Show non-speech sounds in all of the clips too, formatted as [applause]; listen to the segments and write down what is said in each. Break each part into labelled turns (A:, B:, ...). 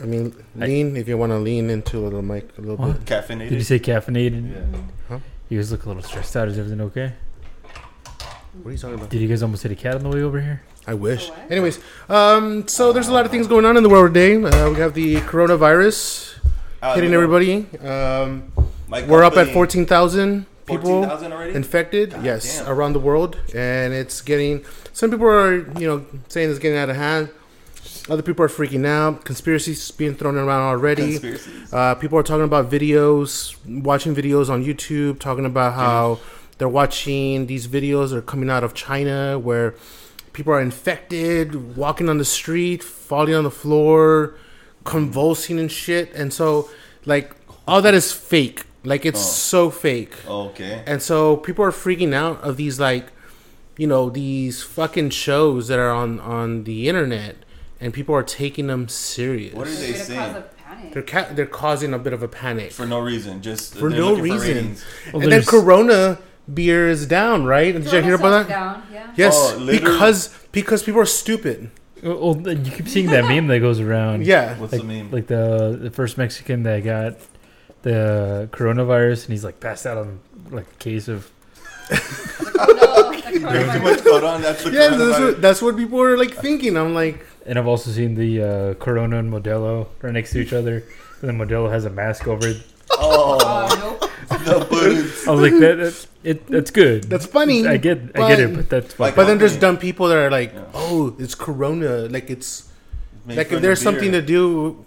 A: I mean, lean if you want to lean into a little mic a little bit.
B: What?
C: Caffeinated.
B: Did you say caffeinated?
C: Yeah.
B: You guys look a little stressed out. Is everything okay?
A: What are you talking about?
B: Did you guys almost hit a cat on the way over here?
A: I wish. Anyways, um, so there's a lot of things going on in the world today. Uh, we have the coronavirus
C: Uh,
A: hitting
C: no,
A: everybody. Um,
C: my
A: we're up at
C: company-
A: 14,000 people
C: 14,000 already?
A: infected.
C: God
A: yes,
C: damn.
A: around the world, and it's getting. Some people are, you know, saying it's getting out of hand. Other people are freaking out. Conspiracies being thrown around already.
C: Conspiracies.
A: Uh, people are talking about videos, watching videos on YouTube, talking about how they're watching these videos that are coming out of China where people are infected, walking on the street, falling on the floor, convulsing and shit. And so, like, all that is fake. Like, it's so
C: Oh.
A: fake.
C: Okay.
A: And so people are freaking out of these like, you know, these fucking shows that are on on the internet, and people are taking them serious.
C: What are they saying?
A: They're ca- they're causing a bit of a panic
C: For no reason. Just
A: for
C: they're
A: no
C: looking for
A: reason.
C: ratings.
B: Well,
A: and then
B: there's-
A: Corona beer is down, right? Did you hear about that? Yes,
C: Oh, literally-
A: because because people are stupid.
B: Well, well, you keep seeing that meme that goes around.
A: Yeah,
C: What's
B: Like,
C: the meme?
B: like the the first Mexican that got the coronavirus and he's like passed out on like a case of
C: There's too much going on. That's
A: [laughs]
C: the
A: yeah, that's
C: coronavirus.
A: what, that's what people are like thinking. I'm like,
B: and I've also seen the uh, Corona and Modelo right next to each other and then Modelo has a mask over it.
A: [laughs]
C: Oh, the buttons.
B: I was like that, that it that's good.
A: that's funny.
B: I get I get it,
A: but-
B: but that's
C: Like,
B: like,
A: but then there's
C: Okay.
A: dumb people that are like,
C: Yeah.
A: oh, it's Corona. Like it's
C: Make
A: like
C: fun
A: if
C: of
A: there's something
C: beer.
A: to do,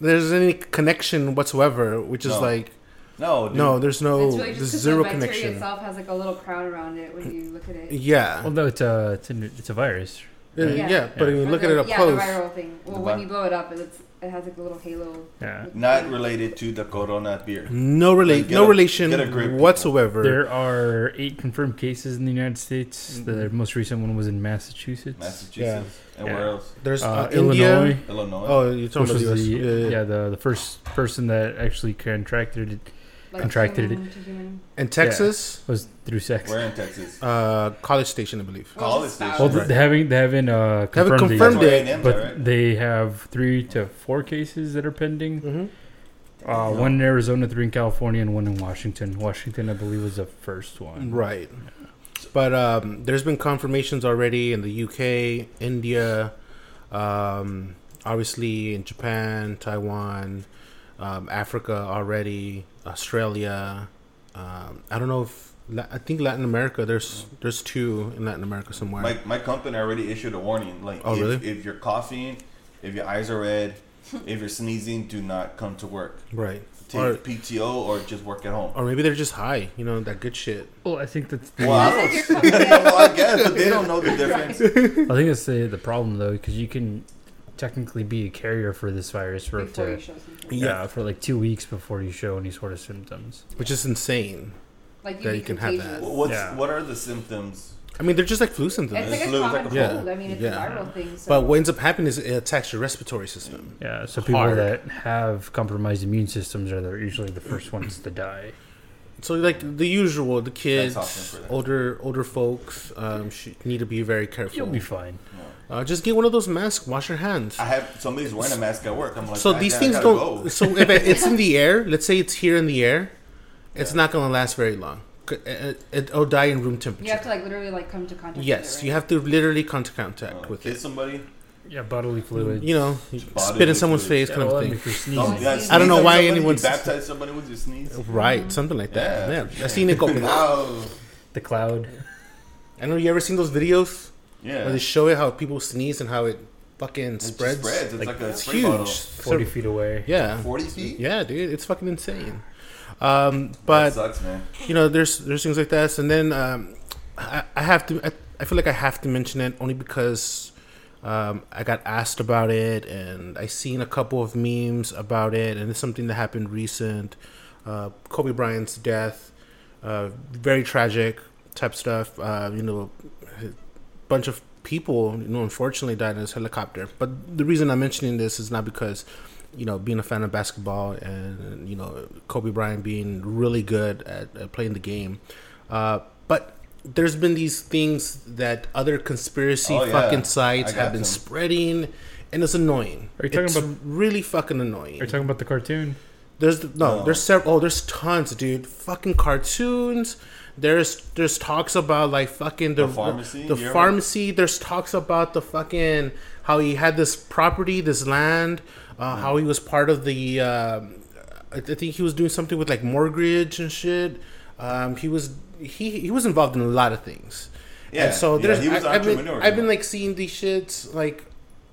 A: there's any connection whatsoever, which is
C: No.
A: like
C: No, dude.
A: no, there's no, oh, there's zero connection.
D: itself has like a little crown around it when you look at it.
A: Yeah.
B: well no it's a it's a, it's a virus.
A: yeah,
D: Yeah.
A: but I mean,
D: Or
A: look
D: the-
A: at it up
D: yeah,
A: close.
D: the viral thing. Well,
C: The
D: when
C: vi-
D: you blow it up, it's, it has like a little halo.
B: Yeah.
C: Not related to the corona beer.
A: No relate,
C: Like, get
A: no
C: a-
A: relation
C: get a grip, people.
A: whatsoever.
B: There are eight confirmed cases in the United States. The most recent one was in Massachusetts,
C: Massachusetts. And
B: Yeah.
C: where else?
A: There's
B: Uh,
A: uh, India.
B: Illinois,
C: Illinois.
A: Oh, you're
B: which
A: talking
B: was
A: about
B: the
A: the US.
B: yeah,
A: Yeah, yeah.
B: the the first person that actually contracted it
D: Like
B: Contracted
D: human to human.
A: And Texas,
B: was through sex.
C: We're in Texas.
A: uh, College Station, I believe.
D: Well,
C: College
D: it's about-
C: station.
B: Well, they haven't they haven't uh, confirmed, it yet,
A: confirmed it,
C: A&M's,
B: but
C: alright?
B: they have three to four cases that are pending.
A: Mm-hmm.
B: Uh, one in Arizona, three in California, and one in Washington. Washington, I believe, was the first one.
A: Right. But um, there's been confirmations already in the UK, India, um, obviously in Japan, Taiwan, um, Africa already, Australia. Um, I don't know if La- I think Latin America. There's there's two in Latin America somewhere.
C: My, my company already issued a warning. Like,
A: Oh,
C: if,
A: really?
C: if you're coughing, if your eyes are red, if you're sneezing, do not come to work.
A: right.
C: Take
A: Or,
C: PTO or just work at home.
A: or maybe they're just high. You know that good shit.
B: Well, I think that's the,
C: Well, I, don't, [laughs] well, I guess, but they don't know the difference.
B: I think that's the, the problem though, because you can technically be a carrier for this virus for up
D: Before
B: to
D: you show something.
B: yeah. for like two weeks before you show any sort of symptoms.
A: which is insane.
D: Like you,
A: Yeah,
D: be
A: you can have
D: contagious.
A: that.
C: What's,
B: Yeah.
C: What are the symptoms?
A: I mean, they're just like flu symptoms.
D: It's like a
C: Flu, it's
D: common
C: like a
A: cold.
D: cold. I mean, it's
A: Yeah.
D: a viral thing. So
A: But what ends up happening is it attacks your respiratory system.
B: Yeah, so people
A: Hard.
B: that have compromised immune systems are the, usually the first ones to die.
A: So like the usual, the kids,
C: awesome for that.
A: older older folks um, should, need to be very careful.
B: You'll be fine.
A: uh, just get one of those masks. Wash your hands.
C: I have somebody's wearing a mask at work. I'm like,
A: so
C: Ah, I
A: these
C: gotta-
A: things
C: I gotta
A: don't.
C: go.
A: So if it- it's in
C: [laughs]
A: the air, let's say it's here in the air, it's not going to last very long. C- It, it, it'll die in room temperature.
D: you have to like literally like come to contact.
A: yes,
D: with it,
A: you
D: right?
A: have to literally come into contact
C: Uh,
A: with
C: kiss
A: it. Hmm.
C: somebody.
B: Yeah, bodily fluid.
A: You know, spit in
C: bodily
A: someone's
C: fluid.
A: face, kind
B: well,
A: of
B: I mean,
A: thing.
B: if you're sneezing-
C: Don't- Oh, yeah,
D: I
C: sneeze
A: don't know
C: at
A: why
C: somebody,
A: anyone's-
C: you baptize somebody with your sneeze.
A: Right, something like that.
C: Yeah,
A: Yeah,
C: for
A: I've seen
C: [laughs]
A: it go.
C: Wow.
B: the [laughs] cloud.
A: I know you ever seen those videos
C: Yeah,
A: where they show it how people sneeze and how it fucking
C: just
A: spreads.
C: spreads. It's like a
A: it's
C: spray
A: huge.
C: bottle.
B: Forty
A: So-
B: feet away.
A: yeah,
C: forty feet.
A: yeah, dude, it's fucking insane. Um,
C: that
A: but
C: sucks, man.
A: you know, there's there's things like this, and then um, I, I have to. I, I feel like I have to mention it only because um, I got asked about it, and I seen a couple of memes about it, and it's something that happened recent. uh, Kobe Bryant's death, uh, very tragic type stuff. Uh, you know, a bunch of people, you know, unfortunately died in this helicopter. But the reason I'm mentioning this is not because, you know, being a fan of basketball and you know Kobe Bryant being really good at, at playing the game, uh, but there's been these things that other conspiracy
C: Oh, yeah.
A: fucking
C: I
A: sites
C: got
A: have been
C: them.
A: spreading, and it's annoying.
B: Are you talking
A: it's
B: about-
A: really fucking annoying?
B: Are you talking about the cartoon?
A: There's th- no,
C: No.
A: there's several. Oh, there's tons, dude. Fucking cartoons. There's there's talks about like fucking the,
C: The pharmacy?
A: The
C: You ever-
A: pharmacy. There's talks about the fucking how he had this property, this land,
C: Mm.
A: uh, how he was part of the. um I th- I think he was doing something with like mortgage and shit. Um, he was he he was involved in a lot of things.
C: Yeah,
A: And so
C: yeah,
A: there's
C: he was
A: I, have been
C: entrepreneur,
A: I've been
C: yeah.
A: like seeing these shits like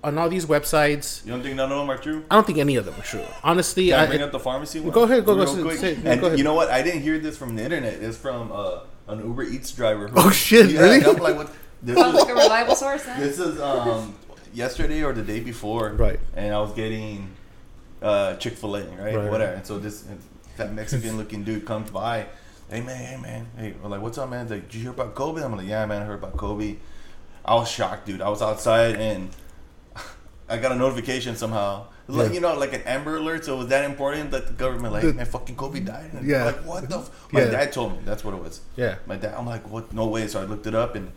A: on all these websites.
C: You don't think none of them are true?
A: I don't think any of them are true. Honestly,
C: Can I,
A: I,
C: bring up the pharmacy one?
A: Go ahead, go- go,
C: real
A: say-
C: quick?
A: say- no,
C: and
A: go ahead.
C: you know what? I didn't hear this from the internet. It's from uh, an Uber Eats driver. who-
A: Oh, shit,
C: Yeah,
A: really?
C: and I'm
A: [laughs]
C: like, what? This
D: Sounds like a
C: is,
D: reliable source. Huh?
C: this is um, yesterday or the day before.
A: Right.
C: And I was getting uh, Chick fil A, right?
A: Right.
C: Whatever. And so this fat Mexican looking dude comes by. Hey, man, hey, man. Hey, we're like, what's up, man? He's like, did you hear about Kobe? I'm like, yeah, man, I heard about Kobe. I was shocked, dude. I was outside and [laughs] I got a notification somehow. It was Like
A: Yeah.
C: you know, like an Amber Alert. So it was that important that the government, like,
A: The-
C: man, fucking Kobe died. And
A: Yeah.
C: Like what the? F-? My
A: Yeah.
C: dad told me that's what it was.
A: yeah.
C: My dad. I'm like, what? No way. So I looked it up and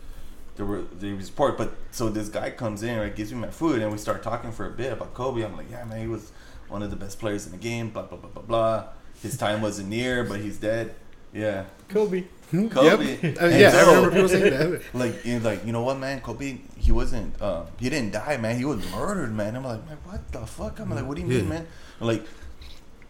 C: there were there was report. But so this guy comes in, right? Gives me my food, and we start talking for a bit about Kobe. I'm like, yeah, man, he was one of the best players in the game. Blah blah blah blah blah. His time wasn't near, but he's dead. Yeah,
B: Kobe.
C: Kobe.
A: Yep. Uh,
C: And
A: yeah, I
C: so-
A: remember people saying
C: [laughs]
A: that.
C: like you like you know what man Kobe he wasn't uh, he didn't die man he was murdered man I'm like man what the fuck I'm like what do you mean
A: Yeah.
C: man I'm like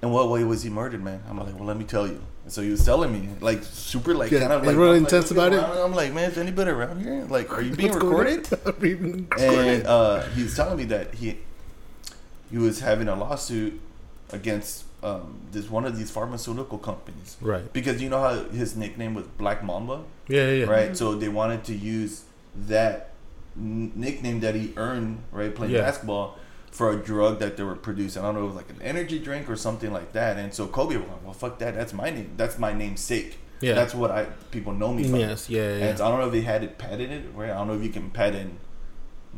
C: in what way was he murdered man I'm like well let me tell you and so he was telling me like super like
A: Yeah,
C: kind of
A: he's
C: like
A: really
C: I'm like,
A: intense about it.
C: around. I'm like man is anybody around here like are you being
A: What's going on? [laughs]
C: recorded
A: Are you being
C: and
A: recorded?
C: uh, he was telling me that he he was having a lawsuit against um, this one of these pharmaceutical companies
A: Right.
C: because you know how his nickname was Black Mamba
A: Yeah, yeah, yeah.
C: right? So they wanted to use that n- nickname that he earned, right, playing
A: Yeah.
C: basketball, for a drug that they were producing. I don't know, it was like an energy drink or something like that. And so Kobe was like, "Well, fuck that. That's my name. That's my namesake.
A: Yeah.
C: That's what I people know me from."
A: Yes, yeah, yeah.
C: And so I don't know if they had it patented, right? I don't know if you can patent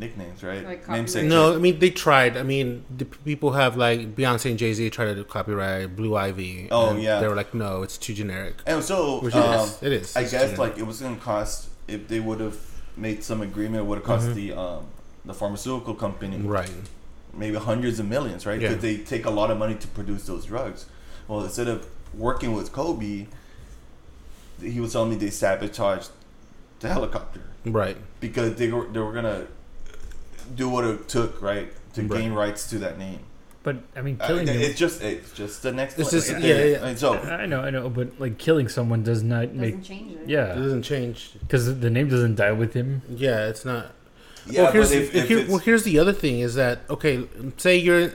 C: nicknames, right?
D: Like copyright.
C: namesake.
A: No, I mean they tried. I mean, the p- people have like Beyonce and Jay Z tried to do copyright Blue Ivy.
C: Oh,
A: and
C: yeah.
A: they were like, no, it's too generic.
C: And so
A: Which
C: um,
A: it is. It is.
C: I
A: It's too
C: guess
A: generic.
C: like it was gonna cost if they would have made some agreement, it would have cost
A: Mm-hmm.
C: the um, the pharmaceutical company
A: right.
C: maybe hundreds of millions, right?
A: Yeah.
C: Because they take a lot of money to produce those drugs. Well, instead of working with Kobe, th- he was telling me they sabotaged the helicopter
A: Right.
C: because they were they were gonna do what it took, right, to
A: Right.
C: gain rights to that name.
B: But I mean,
C: Uh,
B: killing him.
C: it's just it's just the next.
A: It's
C: one.
A: just-
C: Like,
A: yeah,
C: they-
A: yeah, yeah.
C: and so
B: I know, I know, but like killing someone does not make.
D: Doesn't change it.
A: It
B: Yeah,
A: doesn't change.
B: because the name doesn't die with him.
A: Yeah, it's not.
C: yeah,
A: well, here's,
C: but if, if
A: here-
C: it's,
A: well, here's the other thing is that okay, say you're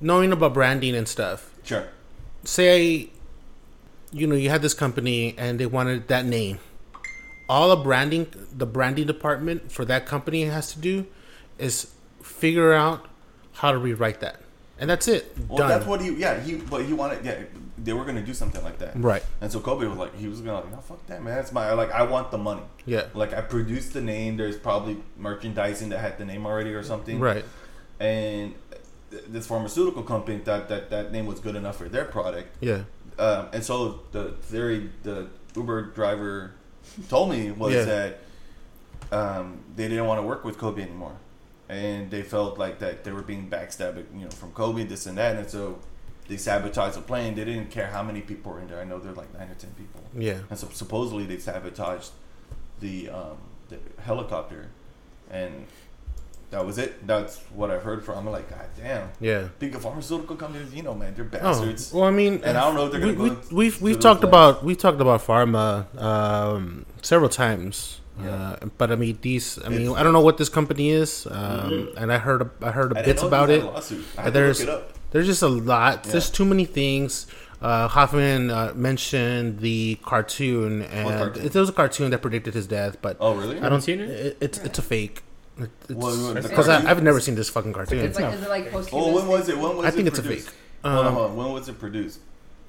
A: knowing about branding and stuff.
C: sure,
A: say you know you had this company and they wanted that name all a branding the branding department for that company has to do is figure out how to rewrite that and that's it
C: well,
A: done
C: that's what he yeah he but he wanted yeah they were gonna do something like that,
A: right
C: and so Kobe was like he was gonna like oh fuck that man that's my like I want the money.
A: yeah
C: Like I produced the name. There's probably merchandising that had the name already or something.
A: right
C: And th- this pharmaceutical company thought that that name was good enough for their product.
A: yeah
C: Um, and so the theory the Uber driver told me was
A: Yeah.
C: that um, they didn't want to work with Kobe anymore, and they felt like that they were being backstabbed, you know, from Kobe, this and that, and so they sabotaged the plane. They didn't care how many people were in there. I know there were like nine or ten people.
A: yeah
C: And so supposedly they sabotaged the um, the helicopter, and that was it. That's what I heard from. I'm like, God damn.
A: yeah
C: Think of pharmaceutical companies, you know, man, they're
A: Oh,
C: bastards.
A: well, I mean,
C: And I don't know if they're gonna
A: we,
C: go
A: we, we've
C: to
A: we've
C: those
A: talked
C: lengths.
A: about we've talked about pharma um, several times,
C: Yeah.
A: uh, but I mean these. I mean,
C: It's- Mm-hmm.
A: I don't know what this company is, um, and I heard I heard
C: I didn't
A: bits
C: know
A: about
C: there was
A: it.
C: a lawsuit. I
A: Uh,
C: had to
A: there's
C: look it up.
A: there's just a lot.
C: Yeah.
A: There's too many things. Uh, Hoffman uh, mentioned the cartoon, and
C: cartoon?
A: it was a cartoon that predicted his death, but
C: Oh, really?
A: I don't
B: seen it?
A: It, it's it's a fake. It-
C: Well,
A: It's
C: the
A: because
C: cartoon-
A: I've never seen this fucking cartoon.
D: It's like,
B: not
D: is it like post
C: Oh, when was it? When was
A: I
C: it
A: think it's a
C: produced?
A: fake.
C: Hold on,
A: Um,
C: hold on. When was it produced?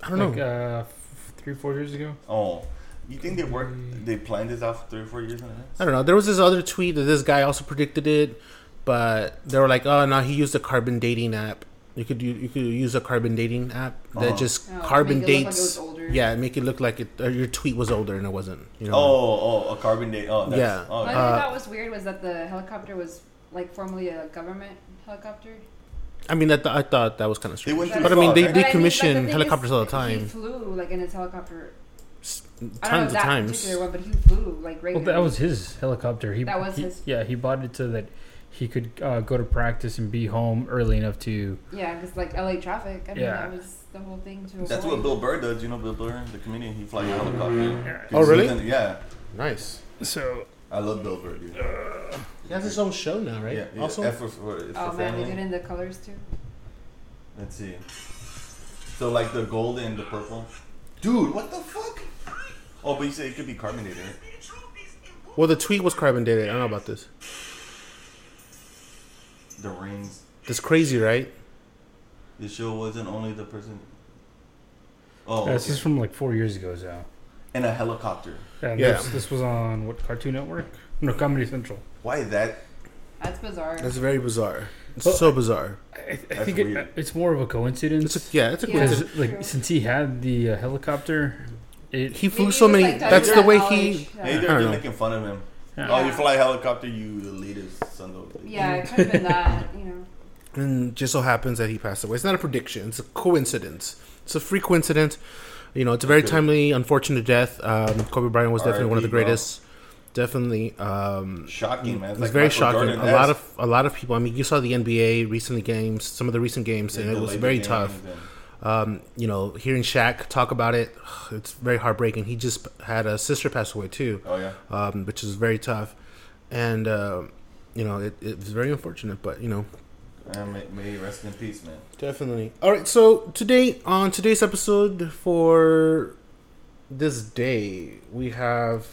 A: I don't
B: like
A: know.
B: uh, f- three, four years ago.
C: Oh, you think they worked? They planned this out for three or four years in advance?
A: I don't know. There was this other tweet that this guy also predicted it, but they were like, "Oh, no, he used a carbon dating app. You could u- you could use a carbon dating app that
C: Uh-huh.
A: just
D: Oh,
A: carbon
D: make it look like it
A: dates.
D: was older.
A: yeah, make it look like it, or your tweet was older and it wasn't. You know.
C: Oh, oh, a carbon date. Oh, that's,
A: Yeah.
C: Oh,
D: What I
C: that's-
A: Uh,
D: thought was weird was that the helicopter was like formerly a government helicopter.
A: I mean, that I thought that was kind of
C: They
A: strange.
C: went
D: But
C: through
A: But I mean,
C: fraud,
A: they
C: right?
D: But I mean, like, the
A: decommission
D: thing is,
A: helicopters all the
D: He
A: time,
D: flew like in his helicopter.
A: S-
D: I don't know
A: tons of
D: that
A: times.
D: particular one, but he flew like
B: Well,
D: regularly.
B: that was his helicopter. He,
D: That was
B: he-
D: his-
B: Yeah, he bought it so that he could uh, go to practice and be home early enough to.
D: yeah, because like LA traffic. I mean,
B: Yeah.
D: that was the whole thing. To
C: that's what
D: avoid.
C: Bill Burr does. You know Bill Burr, the comedian. He flies a helicopter.
A: Oh, really?
C: He's in- Yeah,
A: Nice.
B: So
C: I love Bill Burr, dude.
A: He has his own show now, right?
C: Yeah, yeah.
A: also,
C: F for, for, it's
D: Oh man,
C: for
D: they
C: family.
D: did it in the colors too.
C: Let's see. So like the gold and the purple. Dude, what the fuck? Oh, but you said it could be carbonated. right?
A: well, the tweet was carbon dated. I don't know about this.
C: The rings.
A: That's crazy, right?
C: The show wasn't only the person. Oh,
B: this is
C: okay.
B: from like four years ago, so.
C: and a helicopter.
B: And
A: Yeah.
B: this, this was on what Cartoon Network? No, Comedy Central.
C: Why that?
D: That's bizarre.
A: That's very bizarre. It's
B: Well,
A: so bizarre.
B: I, I
C: That's
B: think it,
C: weird.
B: uh, it's more of a coincidence
A: It's a, yeah, it's a
D: Yeah.
A: coincidence.
B: because, like, since he had the uh, helicopter, it.
A: He flew
D: Maybe
A: so
D: it was,
A: many.
D: like, tied
A: that's
D: to
A: the
D: that
A: way
D: knowledge.
A: he.
D: Yeah.
C: Hey, they're,
A: don't
C: they're
A: know.
C: making fun of him.
B: Yeah.
C: Oh, you fly helicopter, you the latest son of a-
D: Yeah, it could have been that. You know.
A: And just so happens that he passed away. It's not a prediction. It's a coincidence. It's a free coincidence. You know, it's a very
C: Okay.
A: timely, unfortunate death. Um, Kobe Bryant was definitely one of the
C: R.I.P., bro.
A: greatest. Definitely. Um,
C: Shocking, man.
A: It's
C: It's like
A: very
C: Michael
A: shocking.
C: Jordan
A: a lot
C: esque.
A: of a lot of people. I mean, you saw the NBA recent games, some of the recent games,
C: They
A: and it was
C: delayed the
A: very
C: game
A: tough.
C: and-
A: Um, you know, hearing Shaq talk about it, [sighs] it's very heartbreaking. He just had a sister pass away too,
C: Oh yeah.
A: um, which is very tough, and uh, you know, it, it was very unfortunate. But you know,
C: Uh, may, may he rest in peace, man.
A: Definitely. All right. So today, on today's episode for this day, we have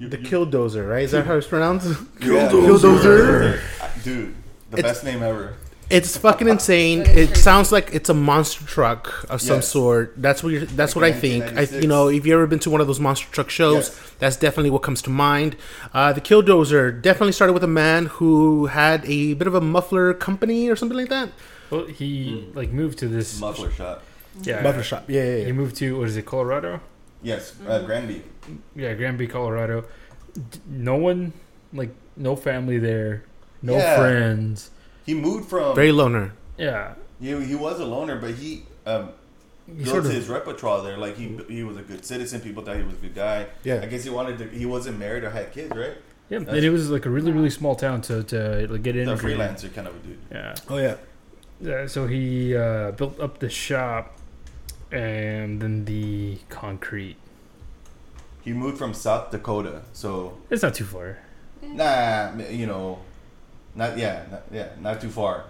C: You,
A: the
C: you-
A: Killdozer. Right? Is that how it's pronounced? [laughs]
C: Yeah.
A: Killdozer.
C: I- Dude, the
A: It's-
C: best name ever.
A: It's fucking insane.
D: That is
A: It
D: crazy.
A: sounds like it's a monster truck of some
C: Yes.
A: sort. That's what you're, that's
C: Like
A: what I
C: in
A: think. I,
C: 1996.
A: you know, if you ever been to one of those monster truck shows,
C: Yes.
A: that's definitely what comes to mind. Uh, the Killdozer definitely started with a man who had a bit of a muffler company or something like that.
B: Well, he
C: Mm.
B: like moved to this.
C: Muffler shot.
B: Yeah,
A: muffler shop. Yeah, yeah,
B: He
A: yeah.
B: moved to what is it, Colorado?
C: Yes,
D: Mm-hmm.
C: uh, Granby.
B: Yeah, Granby, Colorado. D- No one, like, no family there, no
C: Yeah.
B: friends.
C: He moved from.
A: Very loner.
B: Yeah,
C: he, he was a loner, but he um,
B: he
C: built
B: sort of
C: his repertoire there. Like he he was a good citizen. People thought he was a good guy.
A: Yeah.
C: I guess he wanted to. He wasn't married or had kids, right?
B: yeah, and
C: That's-
B: it was like a really really small town to to like, get in.
C: The freelancer kind of a dude.
B: Yeah.
A: Oh yeah.
B: yeah, so he uh, built up the shop, and then the concrete.
C: He moved from South Dakota, so
B: It's not too far.
C: nah, you know, not yeah, not, yeah, not too far.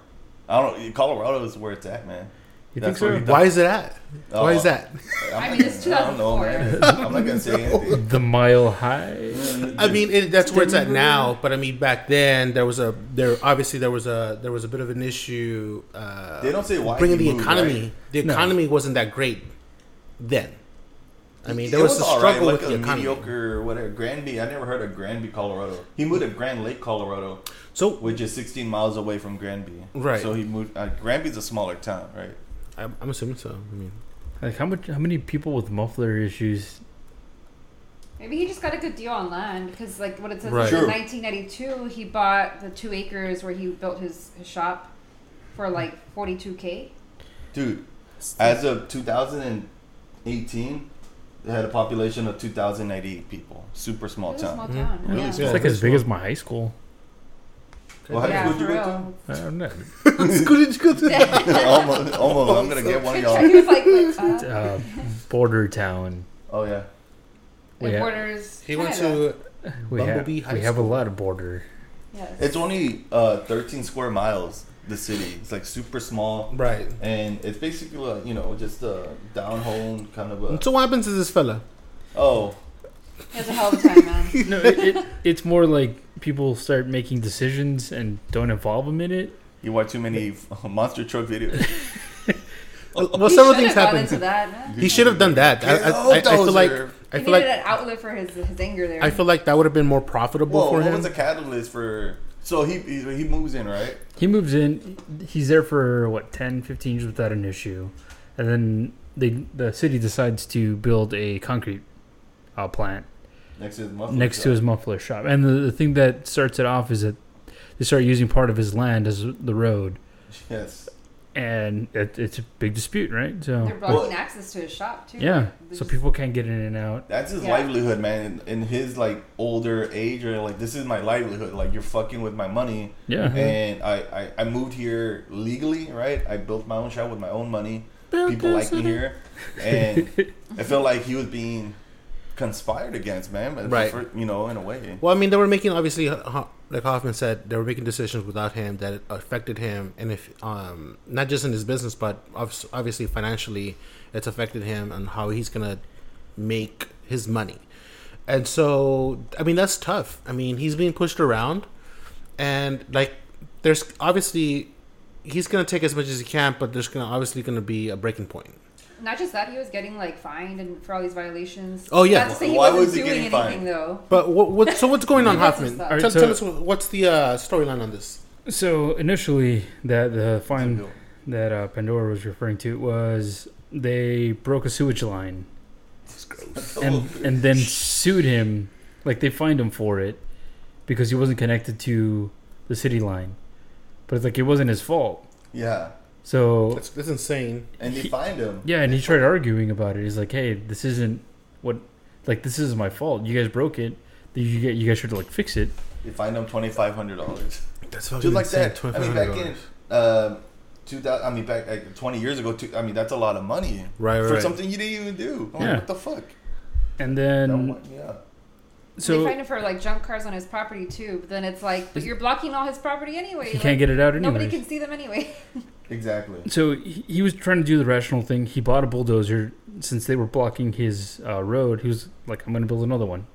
C: I don't. know. Colorado is where it's at, man.
B: You
C: That's
B: think
C: where
A: Why is it at?
C: Oh,
A: Why is that?
C: I'm
D: I
C: not
D: mean, it's
C: gonna- I don't know,
D: 2004.
C: man. I'm not gonna
A: [laughs]
C: say
B: so?
C: anything.
B: The mile high.
A: I mean, it, that's where it's at now. But I mean, back then there was a there obviously there was a there was a bit of an issue. Uh,
C: They don't say why
A: bringing
C: he
A: the
C: moved,
A: economy.
C: right?
A: The
B: No.
A: economy wasn't that great then. I mean,
C: It
A: there was, a
C: all
A: struggle
C: right,
A: with the
C: a
A: economy.
C: mediocre whatever Granby. I never heard of Granby, Colorado. He moved to Grand Lake, Colorado,
A: So
C: which is 16 miles away from Granby.
A: Right.
C: So he moved. Uh, Granby's a smaller town, right?
A: I'm, I'm assuming so. I mean,
B: Like how much? How many people with muffler issues?
D: Maybe he just got a good deal on land because, like, what it says
A: Right.
D: is in
C: True.
D: 1992, he bought the two acres where he built his, his shop for like 42k.
C: Dude, as of 2018, they had a population of 2,098 people. Super small
D: It's a small
C: town.
D: town.
A: Mhm. Really
D: yeah.
A: small.
B: It's like as big as my high school.
C: Well,
D: Yeah,
C: high school
D: for
C: you went
D: real.
B: I don't know.
D: [laughs]
C: to? almost, almost. I'm gonna get one of y'all.
D: He was like, like,
A: [laughs]
D: uh,
B: Uh, border town.
C: Oh yeah.
D: it
B: Yeah.
D: borders
A: he went
D: Canada.
A: to
B: We have
A: Bumblebee
B: we
A: High
B: have a
A: School.
B: lot of border.
D: Yes.
C: It's only uh, 13 square miles. The city. It's like super small,
A: right.
C: and it's basically like, you know just a down home kind of a.
A: So what happens to this fella?
C: Oh,
D: He has a hell of a time, man.
B: No, it, it, it's more like people start making decisions and don't involve them in it.
C: [laughs] you watch too many f- monster truck videos.
A: [laughs] well, several things
D: Into
A: happened.
D: that, man.
A: [laughs] He should have done that. I, I, I, I feel like I
D: he
A: feel
D: needed
A: like
D: an outlet for his, his anger there.
A: I feel like that would have been more profitable
C: Well,
A: for
C: what
A: him.
C: was the catalyst for? So he he, he moves in, right?
B: He moves in. He's there for what 10, 15 years without an issue, and then they the city decides to build a concrete uh, plant
C: Next to his muffler.
B: next to his muffler shop. And the, the thing that starts it off is that they start using part of his land as the road,
C: Yes.
B: and it, it's a big dispute, right?
D: They're
B: So
C: bro-
D: blocking access to his shop too.
B: yeah,
D: They're
B: so
D: just-
B: people can't get in and out.
C: That's his
D: Yeah.
C: livelihood, man. In, in his like older age, or like this is my livelihood. Like you're fucking with my money,
B: Yeah,
C: and I, I I moved here legally, right? I built my own shop with my own money. People like me here, and I feel like he was being conspired against, man. But
A: Right.
C: for- you know, in a way.
A: Well, I mean, they were making obviously, uh, Ho- like Hoffman said, they were making decisions without him that affected him, and if um, not just in his business, but obs- obviously financially, it's affected him and how he's gonna make his money. And so, I mean, that's tough. I mean, he's being pushed around, and like, there's obviously he's gonna take as much as he can, but there's gonna obviously gonna be a breaking point.
D: Not just that, he was getting like fined and for all these violations.
A: Oh, yeah.
D: Not to say he
C: Why
D: wasn't
C: was he
D: doing
C: getting
D: anything
C: fined?
D: though.
A: But what, what so what's going on,
D: That's [laughs]
A: Hoffman?
D: what's up.
A: Tell,
B: Alright, so-
A: tell us what- what's the uh, storyline on this?
B: Uh, So initially, that the fine that uh, Pandora was referring to was they broke a sewage line and and then sued him, like they fined him for it because he wasn't connected to the city line, but it's like it wasn't his fault.
C: [laughs] yeah,
B: So
A: That's, that's insane.
C: and they find him.
B: yeah, and he tried arguing about it. He's like, "Hey, this isn't what like this is my fault. You guys broke it. You guys- you guys should like fix it."
C: They find him twenty five hundred dollars.
A: That's
B: Oh,
A: fucking
C: Just like that. I mean, back in uh, two thousand. I mean, back like, twenty years ago. Two, I mean, that's a lot of money
A: Right,
C: for
A: right.
C: something you didn't even do. I'm
B: Yeah.
C: like, what the fuck?
B: And
C: Don't
B: then
C: wipe me up.
D: they
B: so
D: fined him for like junk cars on his property too. But then it's like, but you're blocking all his property anyway.
B: he
D: like,
B: can't get it out
D: Nobody
B: anyway.
D: can see them
C: [laughs]
D: anyway.
C: Exactly.
B: So he he was trying to do the rational thing. He bought a bulldozer since they were blocking his uh, road. He was like, "I'm going to build another one."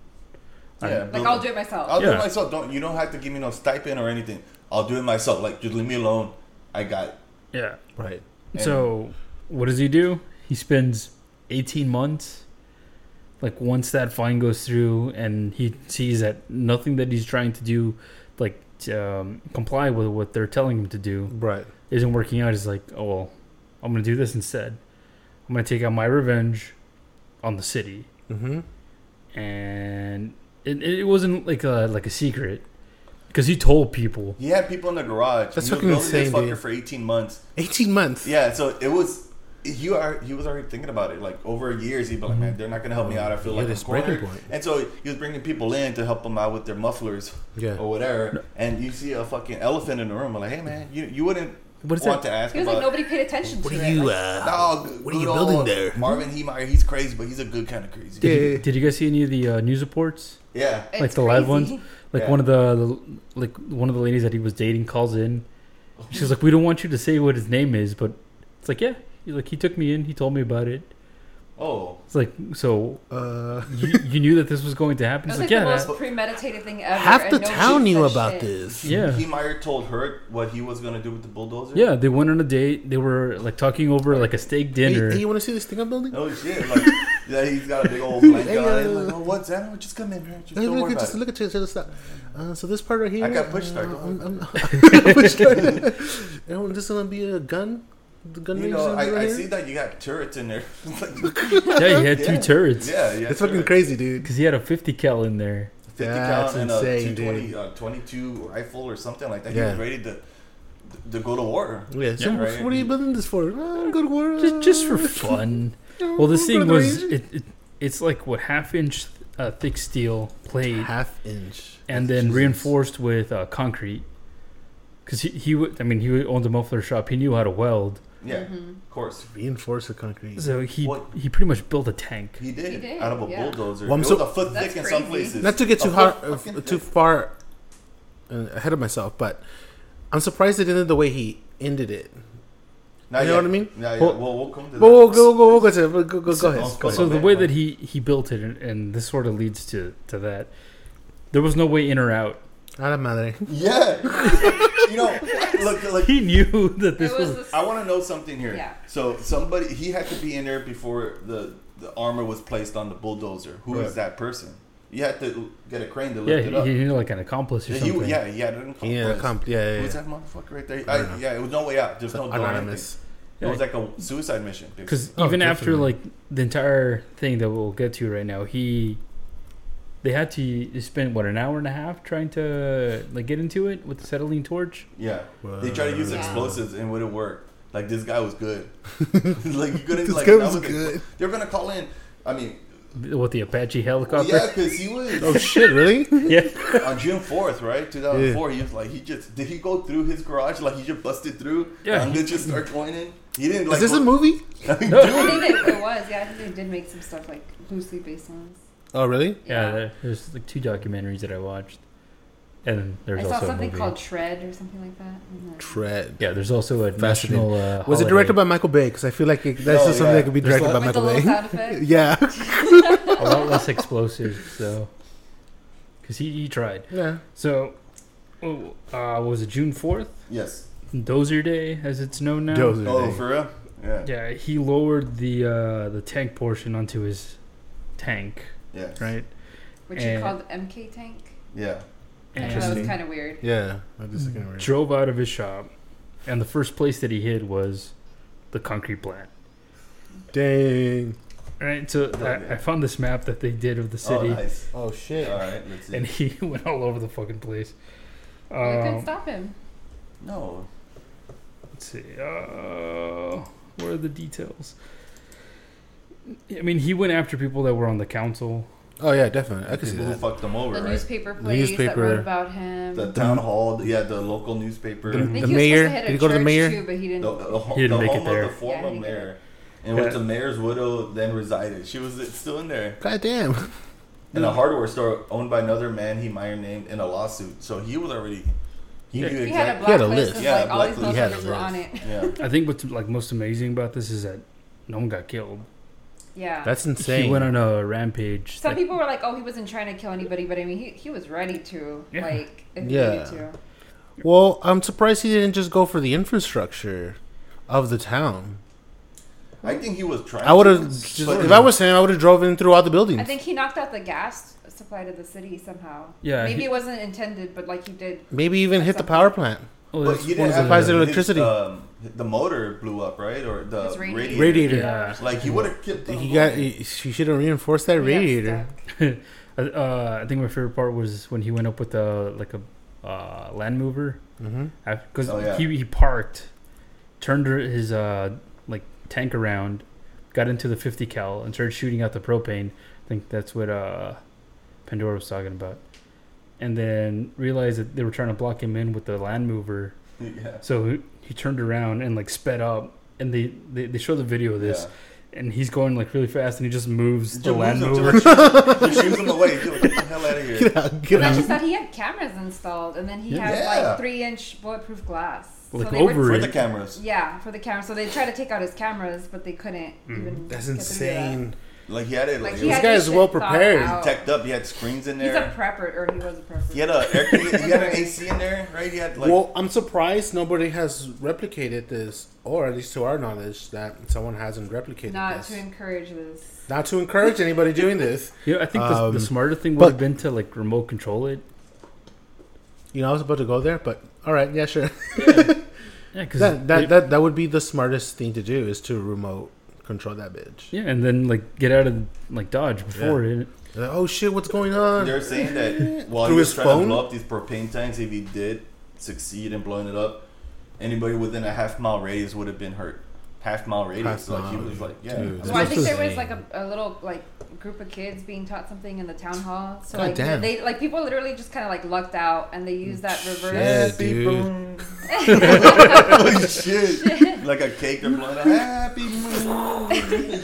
B: I-
C: Yeah.
D: like
C: build-
D: I'll do it myself.
C: I'll do
B: Yeah.
C: it myself. Don't you don't have to give me no stipend or anything. I'll do it myself. Like just leave me alone. I got. it.
B: Yeah.
A: Right.
C: And-
B: So what does he do? He spends 18 months. Like once that fine goes through, and he sees that nothing that he's trying to do, like t- um, comply with what they're telling him to do,
A: Right.
B: isn't working out. He's like, "Oh well, I'm going to do this instead. I'm going to take out my revenge on the city."
A: Mm-hmm.
B: and it, it wasn't like a like a secret because he told people.
C: He had people in the garage.
A: That's
C: He was
A: fucking
C: building this
A: insane,
C: fucker
A: dude.
C: for eighteen months.
A: 18 months.
C: Yeah. So it was. He are he was already thinking about it. Like over years, he'd be like, man, they're not gonna help me out. I feel
A: Mm-hmm. Yeah,
C: like I'm
A: this breaking
C: cornered."
A: point.
C: And so he was bringing people in to help him out with their mufflers.
A: Yeah.
C: or whatever, and you see a fucking elephant in the room, like, hey man, you you wouldn't
B: What is
C: want
B: that?
C: to ask
D: He was
C: about.
D: like nobody paid attention
A: What
D: to
A: are
D: it.
A: you,
D: Like,
A: uh,
C: "No, good-
A: What are you
C: good
A: building
C: old
A: there?"
C: Marvin Heemeyer, he's crazy, but he's a good kind of crazy.
A: Yeah.
C: Yeah,
B: Did, did you guys see any of the uh, news reports?
D: it's
B: like the live
D: crazy.
B: ones? Like
C: Yeah.
B: one of the, the like one of the ladies that he was dating calls in. She's like, "We don't want you to say what his name is," but it's like, "Yeah, he, like he took me in. He told me about it."
C: Oh,
B: It's like, so
A: Uh,
B: you, you knew that this was going to happen.
D: It was
B: It's
D: like
B: like,
D: the
B: yeah,
D: most
B: that-
D: premeditated thing ever.
A: half
D: and
A: the
D: nobody
A: town knew
D: said
A: about
D: shit. [laughs]
A: this.
B: yeah, [laughs]
C: Heemeyer told her what he was gonna do with the bulldozer.
B: yeah. They went on a date. They were like talking over like a steak
A: Hey,
B: dinner.
A: hey, you want to see this thing I'm building?
C: Oh shit! Like, yeah, he's got a big old blanket
A: Hey,
C: on. He's
A: uh,
C: like, oh, what's that? Oh, just come in, man. Just
A: Hey,
C: don't
A: look,
C: worry
A: just
C: about it.
A: look at you. so this- Uh, so this part right here.
C: I got push start,
A: uh,
C: don't [laughs]
A: I'm- [laughs] I'm- push start. [laughs] And this is gonna be a gun. The gun
C: You
A: range
C: know,
A: is right
C: I, I
A: here.
C: see that you got turrets in there. [laughs] It's like,
B: yeah,
C: [laughs]
B: he had two
C: Yeah.
B: turrets
C: yeah, yeah.
A: It's fucking
C: turrets.
A: crazy, dude.
B: because he had a 50 cal in there.
C: 50
A: That's
C: count and
A: insane,
C: a 220,
A: dude.
C: uh, 22 rifle or something like that. He
A: Yeah.
C: was ready to, to go to war.
A: Yeah. So
B: Yeah,
C: right.
A: what are you building this for? Uh, good war.
B: just, just
A: [laughs]
B: for
A: uh,
B: fun.
A: uh,
B: Well,
D: [laughs]
B: this
A: go to
B: thing
A: the
B: was
A: range.
B: it, it, it's like what half inch uh, thick steel plate,
A: half inch.
B: and then
C: Jesus.
B: reinforced with uh, concrete. Because he, he would, I mean, he owned a muffler shop. He knew how to weld,
C: Yeah,
A: Mm-hmm.
C: of course.
A: Reinforced with concrete.
B: so he
C: What?
B: he pretty much built a tank.
C: He did,
D: He did,
C: out of a
D: yeah.
C: bulldozer.
A: Well, I'm
C: it
A: so-
C: was a foot
D: That's
C: thick in some
D: crazy.
C: places.
A: not to get
C: A
A: too
C: foot
A: hard,
C: fucking
A: uh, too
C: thick.
A: far uh, ahead of myself, but I'm surprised it ended the way he ended it.
C: Not
A: you know
C: yet.
A: what I mean?
C: Yeah, yeah.
B: Well-
C: Well, we'll come to
A: But we'll
C: that.
A: go, go, go, go, go, go, go, go ahead. Go
C: Oh,
A: ahead.
B: So
C: my
B: the
C: bad,
B: way
C: my
B: that
C: bad.
B: he he built it, and, and this sort of leads to to that. There was no way in or out. [laughs]
A: A la madre.
C: [laughs] Yeah.
A: [laughs]
C: you know, look, like
B: He knew that this
D: It
B: was.
D: [laughs] was the
C: I want to know something here.
D: Yeah.
C: So somebody he had to be in there before the the armor was placed on the bulldozer. Who is
A: Right.
C: that person? You had to get a crane to
B: Yeah,
C: lift it
B: he,
C: up.
B: he knew like an accomplice or
C: yeah,
B: something.
C: he, yeah, he had an accomplice.
A: Yeah, comp- yeah, yeah,
C: Who's
A: yeah.
C: that motherfucker right there?
A: I don't
C: I,
A: know.
C: yeah, it was no way out. There's no door. or
A: Anonymous.
C: anything. It was like a suicide mission. dude.
B: Because
A: Oh,
B: even after
A: definitely.
B: like the entire thing that we'll get to right now, he they had to spend what an hour and a half trying to like get into it with the acetylene torch.
C: yeah, they tried to use
D: Yeah.
C: explosives and it wouldn't work. Like this guy was good. like you couldn't
A: This
C: like
A: guy
C: that
A: was
C: a-
A: good.
C: They're gonna call in. I mean,
B: What the Apache helicopter?
C: yeah, because he was.
A: Oh shit! Really?
B: yeah.
C: on June fourth, right, two thousand four. He was like, he just did he go through his garage like he just busted through?
B: Yeah,
C: and
B: he-
C: then just start going in. He didn't like.
A: Is this a
C: go-
A: movie?
D: I think it, it was. Yeah, I think they did make some stuff like loosely based on this.
A: Oh really?
B: Yeah, there, there's like two documentaries that I watched, and then there's
D: I saw
B: also a
D: something
B: movie.
D: called Tread or something like that. I'm not-
A: Tread.
B: yeah, there's also a
A: Fascinating.
B: national. Uh,
A: Was it
B: holiday.
A: directed by Michael Bay? Because I feel like it, that's
C: No,
A: just something
C: yeah.
A: that could be directed by
D: With the
A: Michael
D: little
A: Bay.
D: sound
A: [laughs]
D: effect.
A: yeah.
B: a lot less explosives? So, because he, he tried.
A: Yeah.
B: So, oh, uh, was it June fourth?
C: Yes.
B: Dozer Day, as it's known now.
A: Dozer
C: Oh,
A: Day.
C: for real? Yeah.
B: Yeah, he lowered the uh, the tank portion onto his tank,
C: Yeah.
B: right?
D: Which he
B: And-
D: called MK Tank. I
C: Yeah.
D: thought that was
A: Eh. Interesting.
D: kind of weird.
A: Yeah. I just can't remember.
B: drove out of his shop, and the first place that he hid was the concrete plant.
A: Dang.
B: Right, so I, I found this map that they did of the
C: Oh,
B: city,
C: nice.
A: Oh shit.
C: All right. Let's
B: [laughs]
C: see.
B: and he went all over the fucking place.
A: Oh.
D: you couldn't
B: Um,
D: stop him.
C: no.
B: let's see. Uh, where are the details? I mean, he went after people that were on the council.
A: Oh yeah, definitely. I could see
C: People who
A: that.
C: fucked them
D: The
C: over, right?
D: newspaper place that
A: newspaper.
D: wrote about him.
C: The town hall. Yeah, the local newspaper.
A: The-
D: I
C: The,
D: think
A: the
D: he was
A: mayor?
D: supposed to hit a
A: Did he go to the
D: church,
A: mayor?
D: Too, but he didn't.
C: the ho-
B: He didn't
C: the
B: make it
C: home
B: there.
C: of the former
D: Yeah, he didn't.
C: mayor, in which
B: Yeah.
C: the mayor's widow then resided. She was still in there.
A: God damn.
C: in a hardware store owned by another man he might have named in a lawsuit. So he was already he
B: Yeah.
C: knew
D: he had a black
C: exactly.
A: He had a
D: list.
A: list.
D: of,
C: Yeah,
D: like,
C: a
D: all these
C: black
A: list. He had a
D: motherfuckers were on it.
A: [laughs]
C: yeah,
B: I think what's like most amazing about this is that no one got killed.
D: Yeah.
A: That's insane.
B: He went on a rampage.
D: Some
B: like-
D: people were like, "Oh, he wasn't trying to kill anybody," but I mean, he, he was ready to,
B: Yeah.
D: like, if
A: Yeah.
D: he needed to.
A: Well, I'm surprised he didn't just go for the infrastructure of the town.
C: I think he was trying.
A: I would have
C: to,
A: just
C: but-
A: if I was him, I would have drove in through all the buildings.
D: I think he knocked out the gas supply to the city somehow.
B: Yeah,
D: Maybe
B: he-
D: it wasn't intended, but like he did.
A: Maybe even hit the power plant.
B: Oh,
C: but
B: that's
C: he
B: one
C: didn't
B: of
C: have
B: the-
A: Supplies of electricity.
C: His, um, the motor blew up, right? Or the
D: His radiator.
C: radiator.
A: Radiator.
B: Yeah.
C: Like he would have kept.
A: He got. He, she should have reinforced that
D: he got
A: radiator.
D: stuck.
B: Uh, I think my favorite part was when he went up with a like a uh, land mover
A: Mm-hmm.
B: because
C: Oh, yeah.
B: Uh, he he parked, turned his uh like tank around, got into the fifty cal and started shooting out the propane. I think that's what uh, Pandora was talking about, and then realized that they were trying to block him in with the land mover.
C: Yeah.
B: So he, he turned around and like sped up, and they they, they show the video of this.
C: Yeah.
B: And he's going like really fast, and he just moves
C: Just
B: the
C: moves
B: land
C: him
B: mover.
C: to- Just shoot him away. He's like, Get the hell out of
A: [laughs] [laughs]
C: here.
A: Get out. Get
D: But I
A: out.
D: just thought he had cameras installed, and then he
B: Yeah.
D: had
C: Yeah.
D: like three-inch bulletproof glass.
B: Like,
D: they were-
B: over
C: For
B: it.
C: the cameras,
D: Yeah, for the camera. So they tried to take out his cameras, but they couldn't. Even
A: That's
D: get through that.
A: insane.
C: like he had it.
D: Like
C: Like, it
D: he
C: was
D: had
A: guy
D: his
A: is
D: shit
A: well
D: thought
A: prepared.
D: out.
C: Tacked up, he had screens in
D: He's a
C: there.
D: prepper, or he was a prepper.
C: He had a air. condi- He had an AC in there, right? He had like
A: well, I'm surprised nobody has replicated this, or at least to our knowledge, that someone hasn't replicated
D: not
A: this.
D: to encourage this.
A: Not to encourage anybody doing this.
B: Yeah, I think the,
A: Um,
B: the smarter thing
A: but-
B: would have been to like remote control it.
A: You know, I was about to go there, but all right, yeah, sure. [laughs]
B: Yeah, because
A: That that, that that would be the smartest thing to do is to remote control that bitch.
B: yeah, and then like get out of like dodge before it.
A: Like, oh shit, what's going on?
C: They're
A: [laughs]
C: saying that while
A: Through
C: he was
A: his
C: trying to
A: phone?
C: blow up these propane tanks, if he did succeed in blowing it up, anybody within a half mile radius would have been hurt. Half mile radius,
A: Half
C: like he
A: mile,
C: was like, yeah,
A: dude.
D: So
A: That's
D: I think there
A: insane.
D: was like a, a little like group of kids being taught something in the town hall. So
A: God
D: like
A: damn.
D: they like people literally just kind of like lucked out and they used that
A: Yeah,
D: reverse.
A: dude.
C: [laughs] Holy shit, like a cake they're blowing up. Happy moon.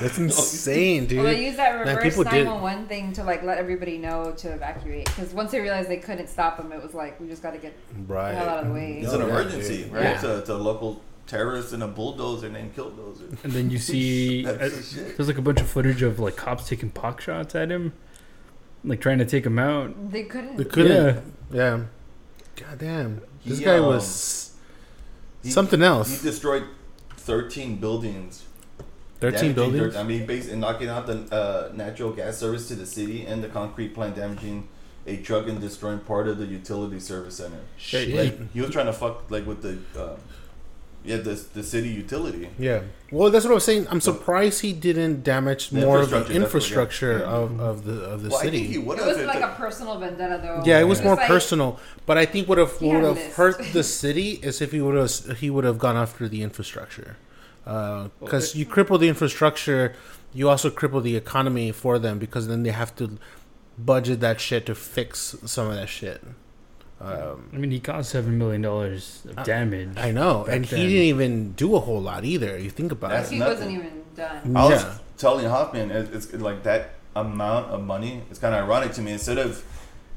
A: That's insane, dude.
D: Well, they used that
A: Man,
D: reverse
A: people did-
D: nine one one thing to like let everybody know to evacuate because once they realized they couldn't stop them, it was like we just got to get the hell out
A: Right.
D: of the way.
C: It's an
A: Oh, Yeah,
C: emergency,
A: dude.
C: right?
D: Yeah.
C: It's, a, it's a local terrorist and a bulldozer named Killdozer.
B: And
C: [laughs]
B: then you see uh,
C: That's the shit.
B: there's like a bunch of footage of like cops taking pock shots at him. like trying to take him out.
E: They couldn't.
A: They couldn't. Yeah. God damn. This
C: He,
A: guy
C: um,
A: was
C: he-
A: something
C: He
A: else.
C: destroyed 13 buildings.
A: 13
C: damaging
A: buildings?
C: dirt- I mean, basically knocking out the uh, natural gas service to the city and the concrete plant, damaging a truck and destroying part of the utility service center.
A: Shit.
C: He was trying to fuck like with the uh, yeah the the city utility.
A: Yeah. Well, that's what I was saying. I'm surprised he didn't damage
C: The
A: more of the
C: infrastructure,
A: infrastructure
C: that's
A: of, of the of the
C: Well, I think he
A: city.
C: would
E: It
C: have.
E: was like a personal vendetta, though.
A: Yeah, it was more
E: like-
A: personal, but I think would have
E: He
A: would
E: had
A: have
E: this.
A: hurt the city is if he would have he would have gone after the infrastructure, because you cripple the infrastructure, you also cripple the economy for them because then they have to budget that shit to fix some of that shit. Um,
B: I mean, he caused seven million dollars of
C: Ah.
B: damage.
A: I know,
B: Back
A: and
B: then.
A: he didn't even do a whole lot either. You think about
C: That's-
A: it.
E: He wasn't even done.
C: I was
A: Yeah.
C: telling Hoffman, it- it's like that amount of money. It's kind of ironic to me. Instead of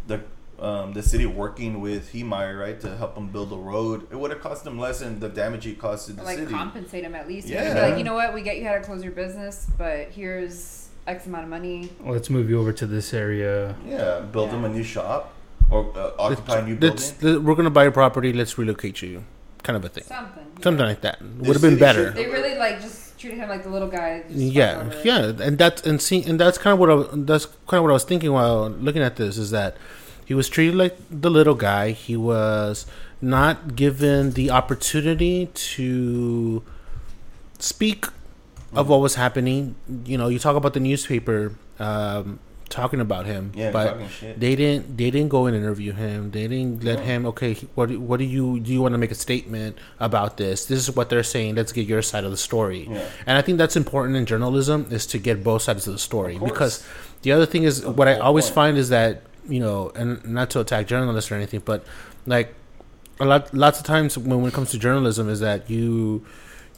C: the um, the city working with Hemeyer, right, to help him build a road, it would have cost him less than the damage he cost to the
E: Like
C: city.
E: compensate him at least.
C: Yeah.
E: Yeah. Like you know what? We get you how to close your business, but here's X amount of money.
B: Let's move you over to this area.
C: yeah, build him a new shop or uh, occupy a new
A: Let's-
C: building.
A: let- we're gonna buy a property. Let's relocate you, kind of a thing.
E: Something.
A: Something like that would have been
C: city
A: better.
C: should-
E: They really like just treated him like the little guy. just fucked
A: yeah
E: over.
A: yeah and that's and see and that's kind of what I, that's kind of what i was thinking while looking at this is that he was treated like the little guy he was not given the opportunity to speak of what was happening you know you talk about the newspaper um, talking about him
C: Yeah,
A: but
C: talking shit.
A: they didn't they didn't go and interview him they didn't let
C: No.
A: him okay what do- what do you do you want to make a statement about this this is what they're saying let's get your side of the story
C: Yeah.
A: and i think that's important in journalism is to get both sides of the story
C: Of course.
A: because the other thing is
C: The
A: what i
C: whole
A: always
C: point.
A: find is that you know and not to attack journalists or anything but like a lot lots of times when, when it comes to journalism is that you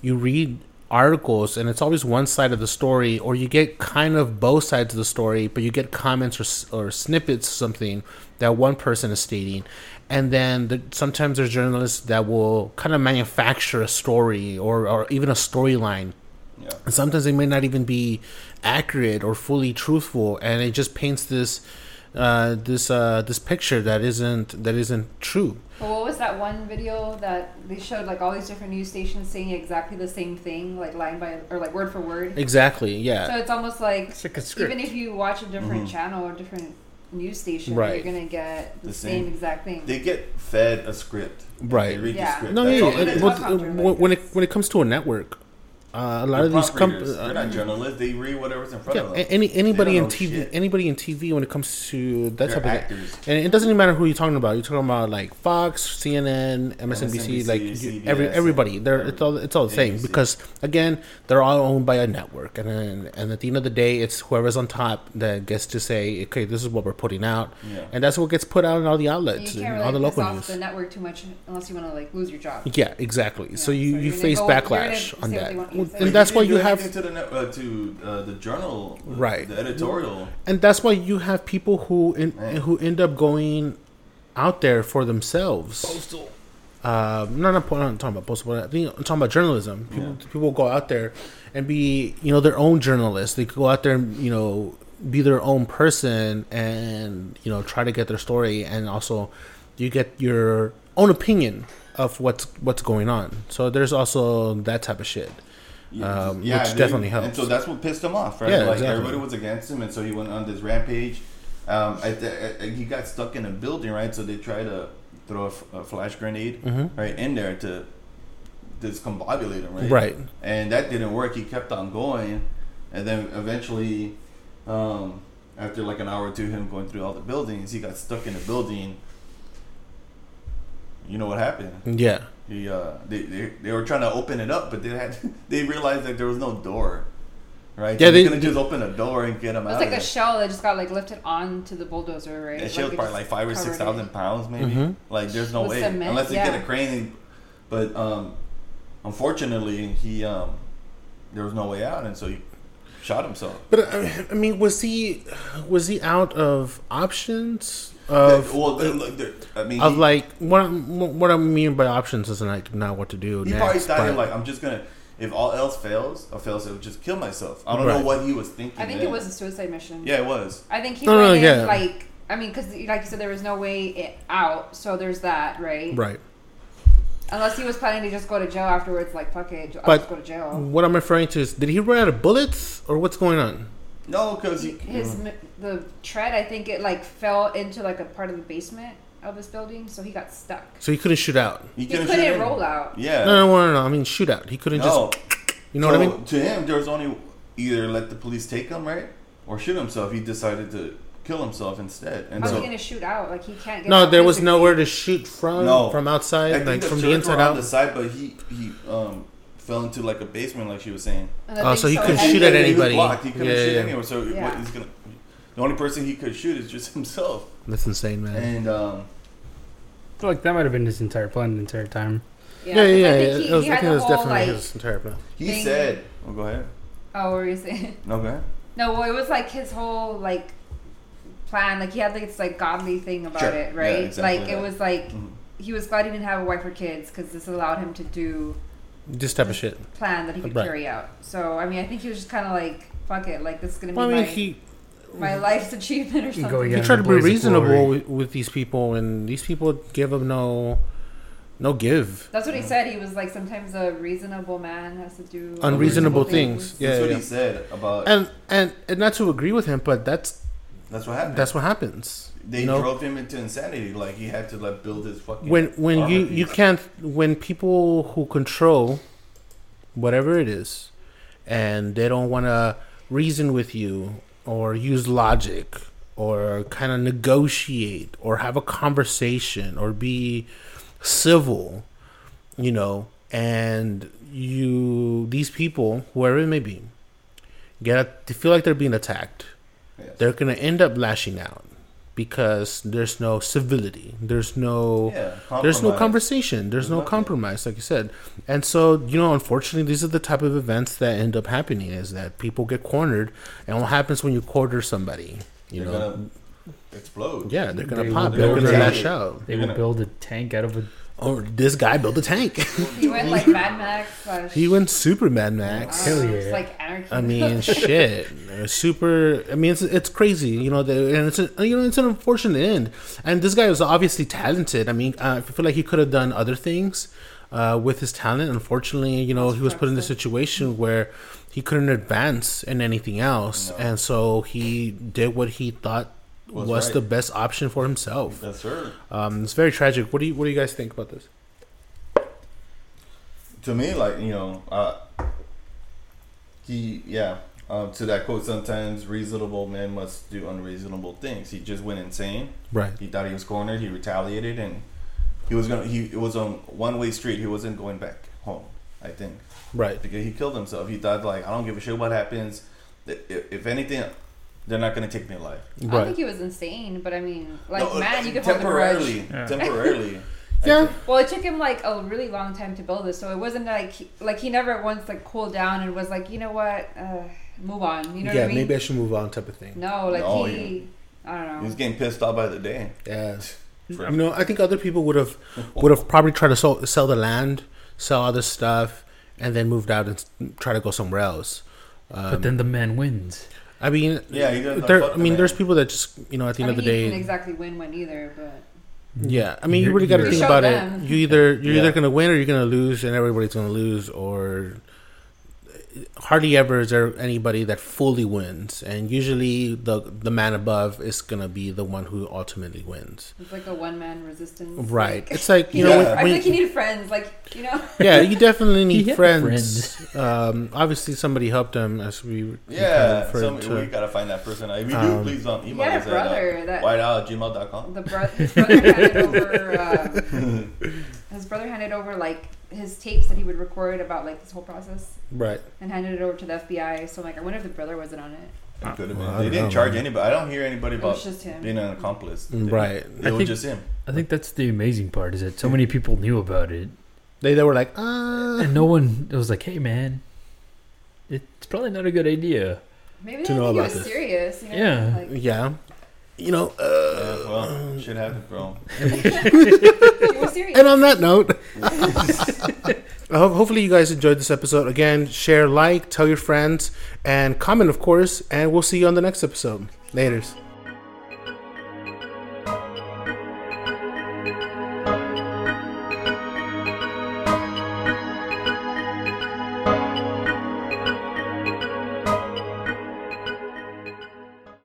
A: you read articles and it's always one side of the story or you get kind of both sides of the story but you get comments or, s- or snippets of something that one person is stating and then the, sometimes there's journalists that will kind of manufacture a story or, or even a storyline
C: Yeah.
A: and sometimes they may not even be accurate or fully truthful and it just paints this uh, this uh, this picture that isn't that isn't true
E: But what was that one video that they showed like all these different news stations saying exactly the same thing, like line by or like word for word?
A: exactly yeah
E: So it's almost like
B: It's like a script.
E: even if you watch a different channel or different news station,
A: Mm-hmm. Right.
E: you're gonna get the,
C: The
E: same,
C: same.
E: exact thing.
C: They get fed a script. and
A: Right.
C: They read
E: Yeah.
C: the script.
A: No,
C: That's
A: yeah,
C: all
A: yeah.
C: it
A: it-
C: is.
E: Well,
A: what-
E: Contrary,
A: when- when it
E: yes.
A: when it comes to a network, uh, a lot of
C: They're
A: these
C: prompt
A: companies,
C: readers. They're not journalists. They read whatever's in front of them.
A: any anybody
C: They
A: in
C: don't know
A: TV,
C: shit.
A: anybody in TV, when it comes to that
C: They're
A: type of
C: actors.
A: thing, and it doesn't even matter who you're talking about. You're talking about like Fox, CNN, MSNBC,
C: MSNBC,
A: like you, every
C: CBS,
A: everybody. They're it's all it's all the same
C: ABC.
A: because again, they're all owned by a network, and then, and at the end of the day, it's whoever's on top that gets to say, okay, this is what we're putting out,
C: Yeah.
A: and that's what gets put out in all the
E: And
A: outlets,
E: you
A: and
E: can't
A: all
E: really
A: the
E: piss
A: local
E: off
A: news.
E: the network too much unless you want to like lose your job.
A: Yeah, exactly. so
E: Yeah, so
A: you, you
E: you're gonna
A: face
E: go- you're gonna say
A: backlash
E: what
A: on
E: they
A: that,
E: want you to
A: Well,
E: say.
A: and
E: But
A: that's
C: you
A: why
C: didn't
A: you
C: do
A: have,
C: anything to the net- uh, to uh, the journal, uh,
A: Right.
C: The editorial.
A: and that's why you have people who in,
C: Man.
A: who end up going out there for themselves.
C: Postal.
A: Uh, no, not, po- I'm not talking about postal. But I think I'm talking about journalism. People, people go out there and be you know their own journalists. They go out there and you know be their own person and you know try to get their story and also you get your own opinion of what's what's going on. So there's also that type of shit. Um, which
C: and
A: definitely
C: they- And
A: helps.
C: so that's what pissed him off, right?
A: Yeah,
C: like
A: exactly.
C: everybody was against him, and so he went on this rampage. Um, at the, at- he got stuck in a building, right? So they tried to throw a, f- a flash grenade
A: Mm-hmm.
C: right in there to discombobulate him, right?
A: Right.
C: And that didn't work. He kept on going, and then eventually, um, after like an hour or two, him going through all the buildings, he got stuck in a building. You know what happened?
A: Yeah.
C: He, uh, they, they, they were trying to open it up, but they had [laughs] they realized that there was no door, right?
A: Yeah,
C: so they
A: they-
C: couldn't just open a door and get them
E: It
C: out.
E: was like
C: of
E: a shell that just got like lifted onto the bulldozer, right?
C: there. That shit was
E: it
C: probably
E: just
C: like five or six
E: covered it.
C: thousand pounds, maybe.
A: Mhm.
C: Like there's no
E: With
C: way
E: cement,
C: unless they
E: yeah.
C: get a crane. and- But um, unfortunately, he um, there was no way out, and so he shot himself.
A: But I- I mean, was he was he out of options of
C: well, they- look, they're- I mean,
A: of
C: he-
A: like what I'm, what I mean by options is like not what to do
C: He
A: next.
C: probably thought
A: but-
C: he, like I'm just gonna. if all else fails or fails, it would just kill myself. I don't know
A: Right.
C: what he was thinking.
D: I think
C: then.
D: it was a suicide mission.
C: Yeah, it was.
D: I think he
A: No,
D: went
A: no,
D: in,
A: yeah.
D: like I mean, because like you said, there was no way it out, so there's that, right?
A: Right.
D: Unless he was planning to just go to jail afterwards, like fuck it, I'll
A: But-
D: just go to jail.
A: What I'm referring to is, did he run out of bullets, or what's going on?
C: No, because
D: He-
C: he.
D: His m the tread, I think it like fell into like a part of the basement of this building, so he got stuck.
A: So he couldn't shoot out.
C: He
D: He
C: couldn't
D: couldn't
C: shoot in.
D: roll out.
C: Yeah.
A: No, no, no, no, no. I mean, shoot out. He couldn't
C: No.
A: just. You know what I
C: So,
A: mean?
C: To him, there was only either let the police take him, right, or shoot himself. He decided to kill himself instead, and
D: How's
C: so
D: he gonna shoot out? Like he can't get.
A: No,
D: out
A: there was
D: physically.
A: nowhere to shoot from.
C: No.
A: From
C: I
A: outside,
C: think
A: like from the
C: turrets
A: inside
C: were on
A: out.
C: the side, but he he um fell into like a basement, like she was saying.
D: And the
A: Oh,
D: thing's
A: so he could
D: heavy.
A: shoot at
C: he was
A: anybody.
C: blocked. He couldn't
A: Yeah,
C: shoot
A: yeah.
C: anyone. So what
D: Yeah.
C: he's gonna. The only person he could shoot is just [laughs] himself,
A: That's insane, man.
C: and um,
B: I feel like that might have been his entire plan the entire time.
A: Yeah, yeah,
D: because
A: yeah.
D: I
A: yeah.
D: think he,
A: it was,
D: he
A: I
D: had
A: think
D: the
A: it was
D: whole
A: definitely
D: like.
A: his entire plan.
C: he
D: Thing.
C: said, "Oh, go ahead.
D: Oh, what were you saying?
C: No, go ahead.
D: [laughs] No, well, it was like his whole like plan. Like he had like, this like godly thing about
C: Sure.
D: it,
C: Yeah,
D: right?
C: exactly
D: like
C: that.
D: it was like
C: Mhm.
D: he was glad he didn't have a wife or kids because this allowed him to do
A: This type of shit.
D: plan that he could
A: Right.
D: carry out. So I mean, I think he was just kind of like, fuck it, like this is gonna be
A: Well, I
D: my,
A: mean, he [laughs]
D: my life's achievement or something.
B: Go
A: he
B: Yeah,
A: tried to be
B: Blaze of
A: reasonable
B: Glory.
A: with, with these people, and these people give him no, no give.
D: That's what he said. He was like, sometimes a reasonable man has to do
A: Unreasonable things. Yeah,
C: That's what
A: yeah.
C: he said about.
A: And and and not to agree with him, but that's
C: that's what happened.
A: that's what happens.
C: they
A: you know?
C: drove him into insanity. Like he had to like build his fucking.
A: when when
C: armor
A: you you
C: piece.
A: can't when people who control whatever it is and they don't want to reason with you or use logic or kind of negotiate or have a conversation or be civil you know and you these people whoever it may be get to feel like they're being attacked
C: Yes.
A: they're going to end up lashing out because there's no civility there's no
C: Yeah,
A: there's no
C: compromise.
A: conversation there's
C: There's
A: no
C: nothing.
A: compromise like you said and so you know unfortunately these are the type of events that end up happening is that people get cornered and what happens when you corner somebody you
C: They're
A: know
C: gonna explode.
A: yeah they're gonna
B: They
A: pop
B: will-
A: they're
B: they
A: gonna
B: will-
A: lash out
B: They
C: You're
B: would
C: gonna-
B: build a tank out of a
A: oh this guy built a tank [laughs]
D: He went like Mad Max. Slash,
A: he went superman max
B: Hell
D: Wow, it's
B: yeah.
D: like anarchy.
A: I [laughs] mean, shit, Uh, super. I mean, it's it's crazy, you know. The, and it's a, you know it's an unfortunate end. And this guy was obviously talented. I mean, uh, I feel like he could have done other things uh, with his talent. Unfortunately, you know, he was put in the situation where he couldn't advance in anything else,
C: No.
A: and so he did what he thought was,
C: Was right.
A: the best option for himself.
C: That's her.
A: Um, it's very tragic. What do you What do you guys think about this?
C: to me, like you know, uh, he yeah. Um, to that quote, sometimes reasonable men must do unreasonable things. He just went insane.
A: Right.
C: He thought he was cornered. He retaliated, and he was gonna. He it was on one way street. He wasn't going back home. I think
A: Right.
C: because he killed himself. He thought like I don't give a shit what happens. Th- If, if anything, they're not gonna take me alive.
D: I don't
A: Right.
D: think he was insane, but I mean, like
C: No, uh,
D: man, you could hold a grudge.
C: temporarily,
B: Yeah.
C: [laughs] temporarily. I
A: Yeah.
C: think.
D: Well, it took him like a really long time to build this, so it wasn't like he, like he never once like cooled down and was like, you know what, uh, move on. You know
A: yeah.
D: what I mean?
A: Maybe I should move on, type of thing.
D: no, like
C: No,
D: he, I don't
C: He
D: know.
C: was getting pissed off by the day.
A: Yeah.
C: For-
A: You know, I think other people would have would have probably tried to sell, sell the land, sell other stuff, and then moved out and s- try to go somewhere else. Um,
B: but then the man wins.
A: I mean,
C: Yeah, he doesn't
A: there.
C: fuck
A: I
C: the
A: mean,
C: man.
A: there's people that just you know at the
D: I
A: end
D: mean,
A: of the
D: he
A: day.
D: didn't exactly win one either, but
A: Yeah, I mean, you
B: You're-
A: really got to
B: you're-
A: think
D: Show
A: about
D: them.
A: it. You either you're
C: Yeah.
A: either gonna win or you're gonna lose, and everybody's gonna lose. Or hardly ever is there anybody that fully wins, and usually the the man above is gonna be the one who ultimately wins.
D: it's like a one man resistance.
A: Right?
D: like- [laughs]
A: [laughs] It's like you know
C: Yeah.
A: when,
D: I
A: when-
D: feel like he needed friends, like you know.
B: [laughs]
A: yeah, you definitely
B: He
A: need
B: had
A: friends. Um, obviously, somebody helped him as we we kind
C: Yeah,
A: of referred
C: some, we
A: to.
C: gotta find that person. If [laughs] you
A: Um,
C: do, please um, email
D: Yeah,
C: us at
D: brother,
C: uh,
D: that-
C: whiteout@gmail.com.
D: The bro- his
A: [laughs]
D: brother handed over. Um,
C: [laughs]
D: his brother handed over like his tapes that he would record about like this whole process,
A: Right.
D: and handed it over to the FBI. So like, I wonder if the brother wasn't on it.
C: It could have
A: Well, I
C: been.
A: don't
C: They didn't
A: know,
C: charge
A: man.
C: anybody. I don't hear anybody
D: It was
C: about
D: just him.
C: being an accomplice. They-
A: Right.
C: It
B: I
C: was
B: think-
C: just him.
B: I think that's the amazing part is that so many people knew about it,
A: They they were like, ah.
B: and no one it was like, "Hey, man, it's probably not a good idea."
D: Maybe they
A: To
D: didn't
A: know
D: think he was
A: about this.
D: serious. You know?
A: [laughs]
B: Yeah.
D: Like,
A: Yeah. You know.
C: Yeah,
A: Uh,
C: well, shit happened, bro.
B: [laughs]
D: he was serious.
A: and on that note, I hope, hopefully, you guys enjoyed this episode. Again, share, like, tell your friends, and comment, of course. And we'll see you on the next episode. Later's.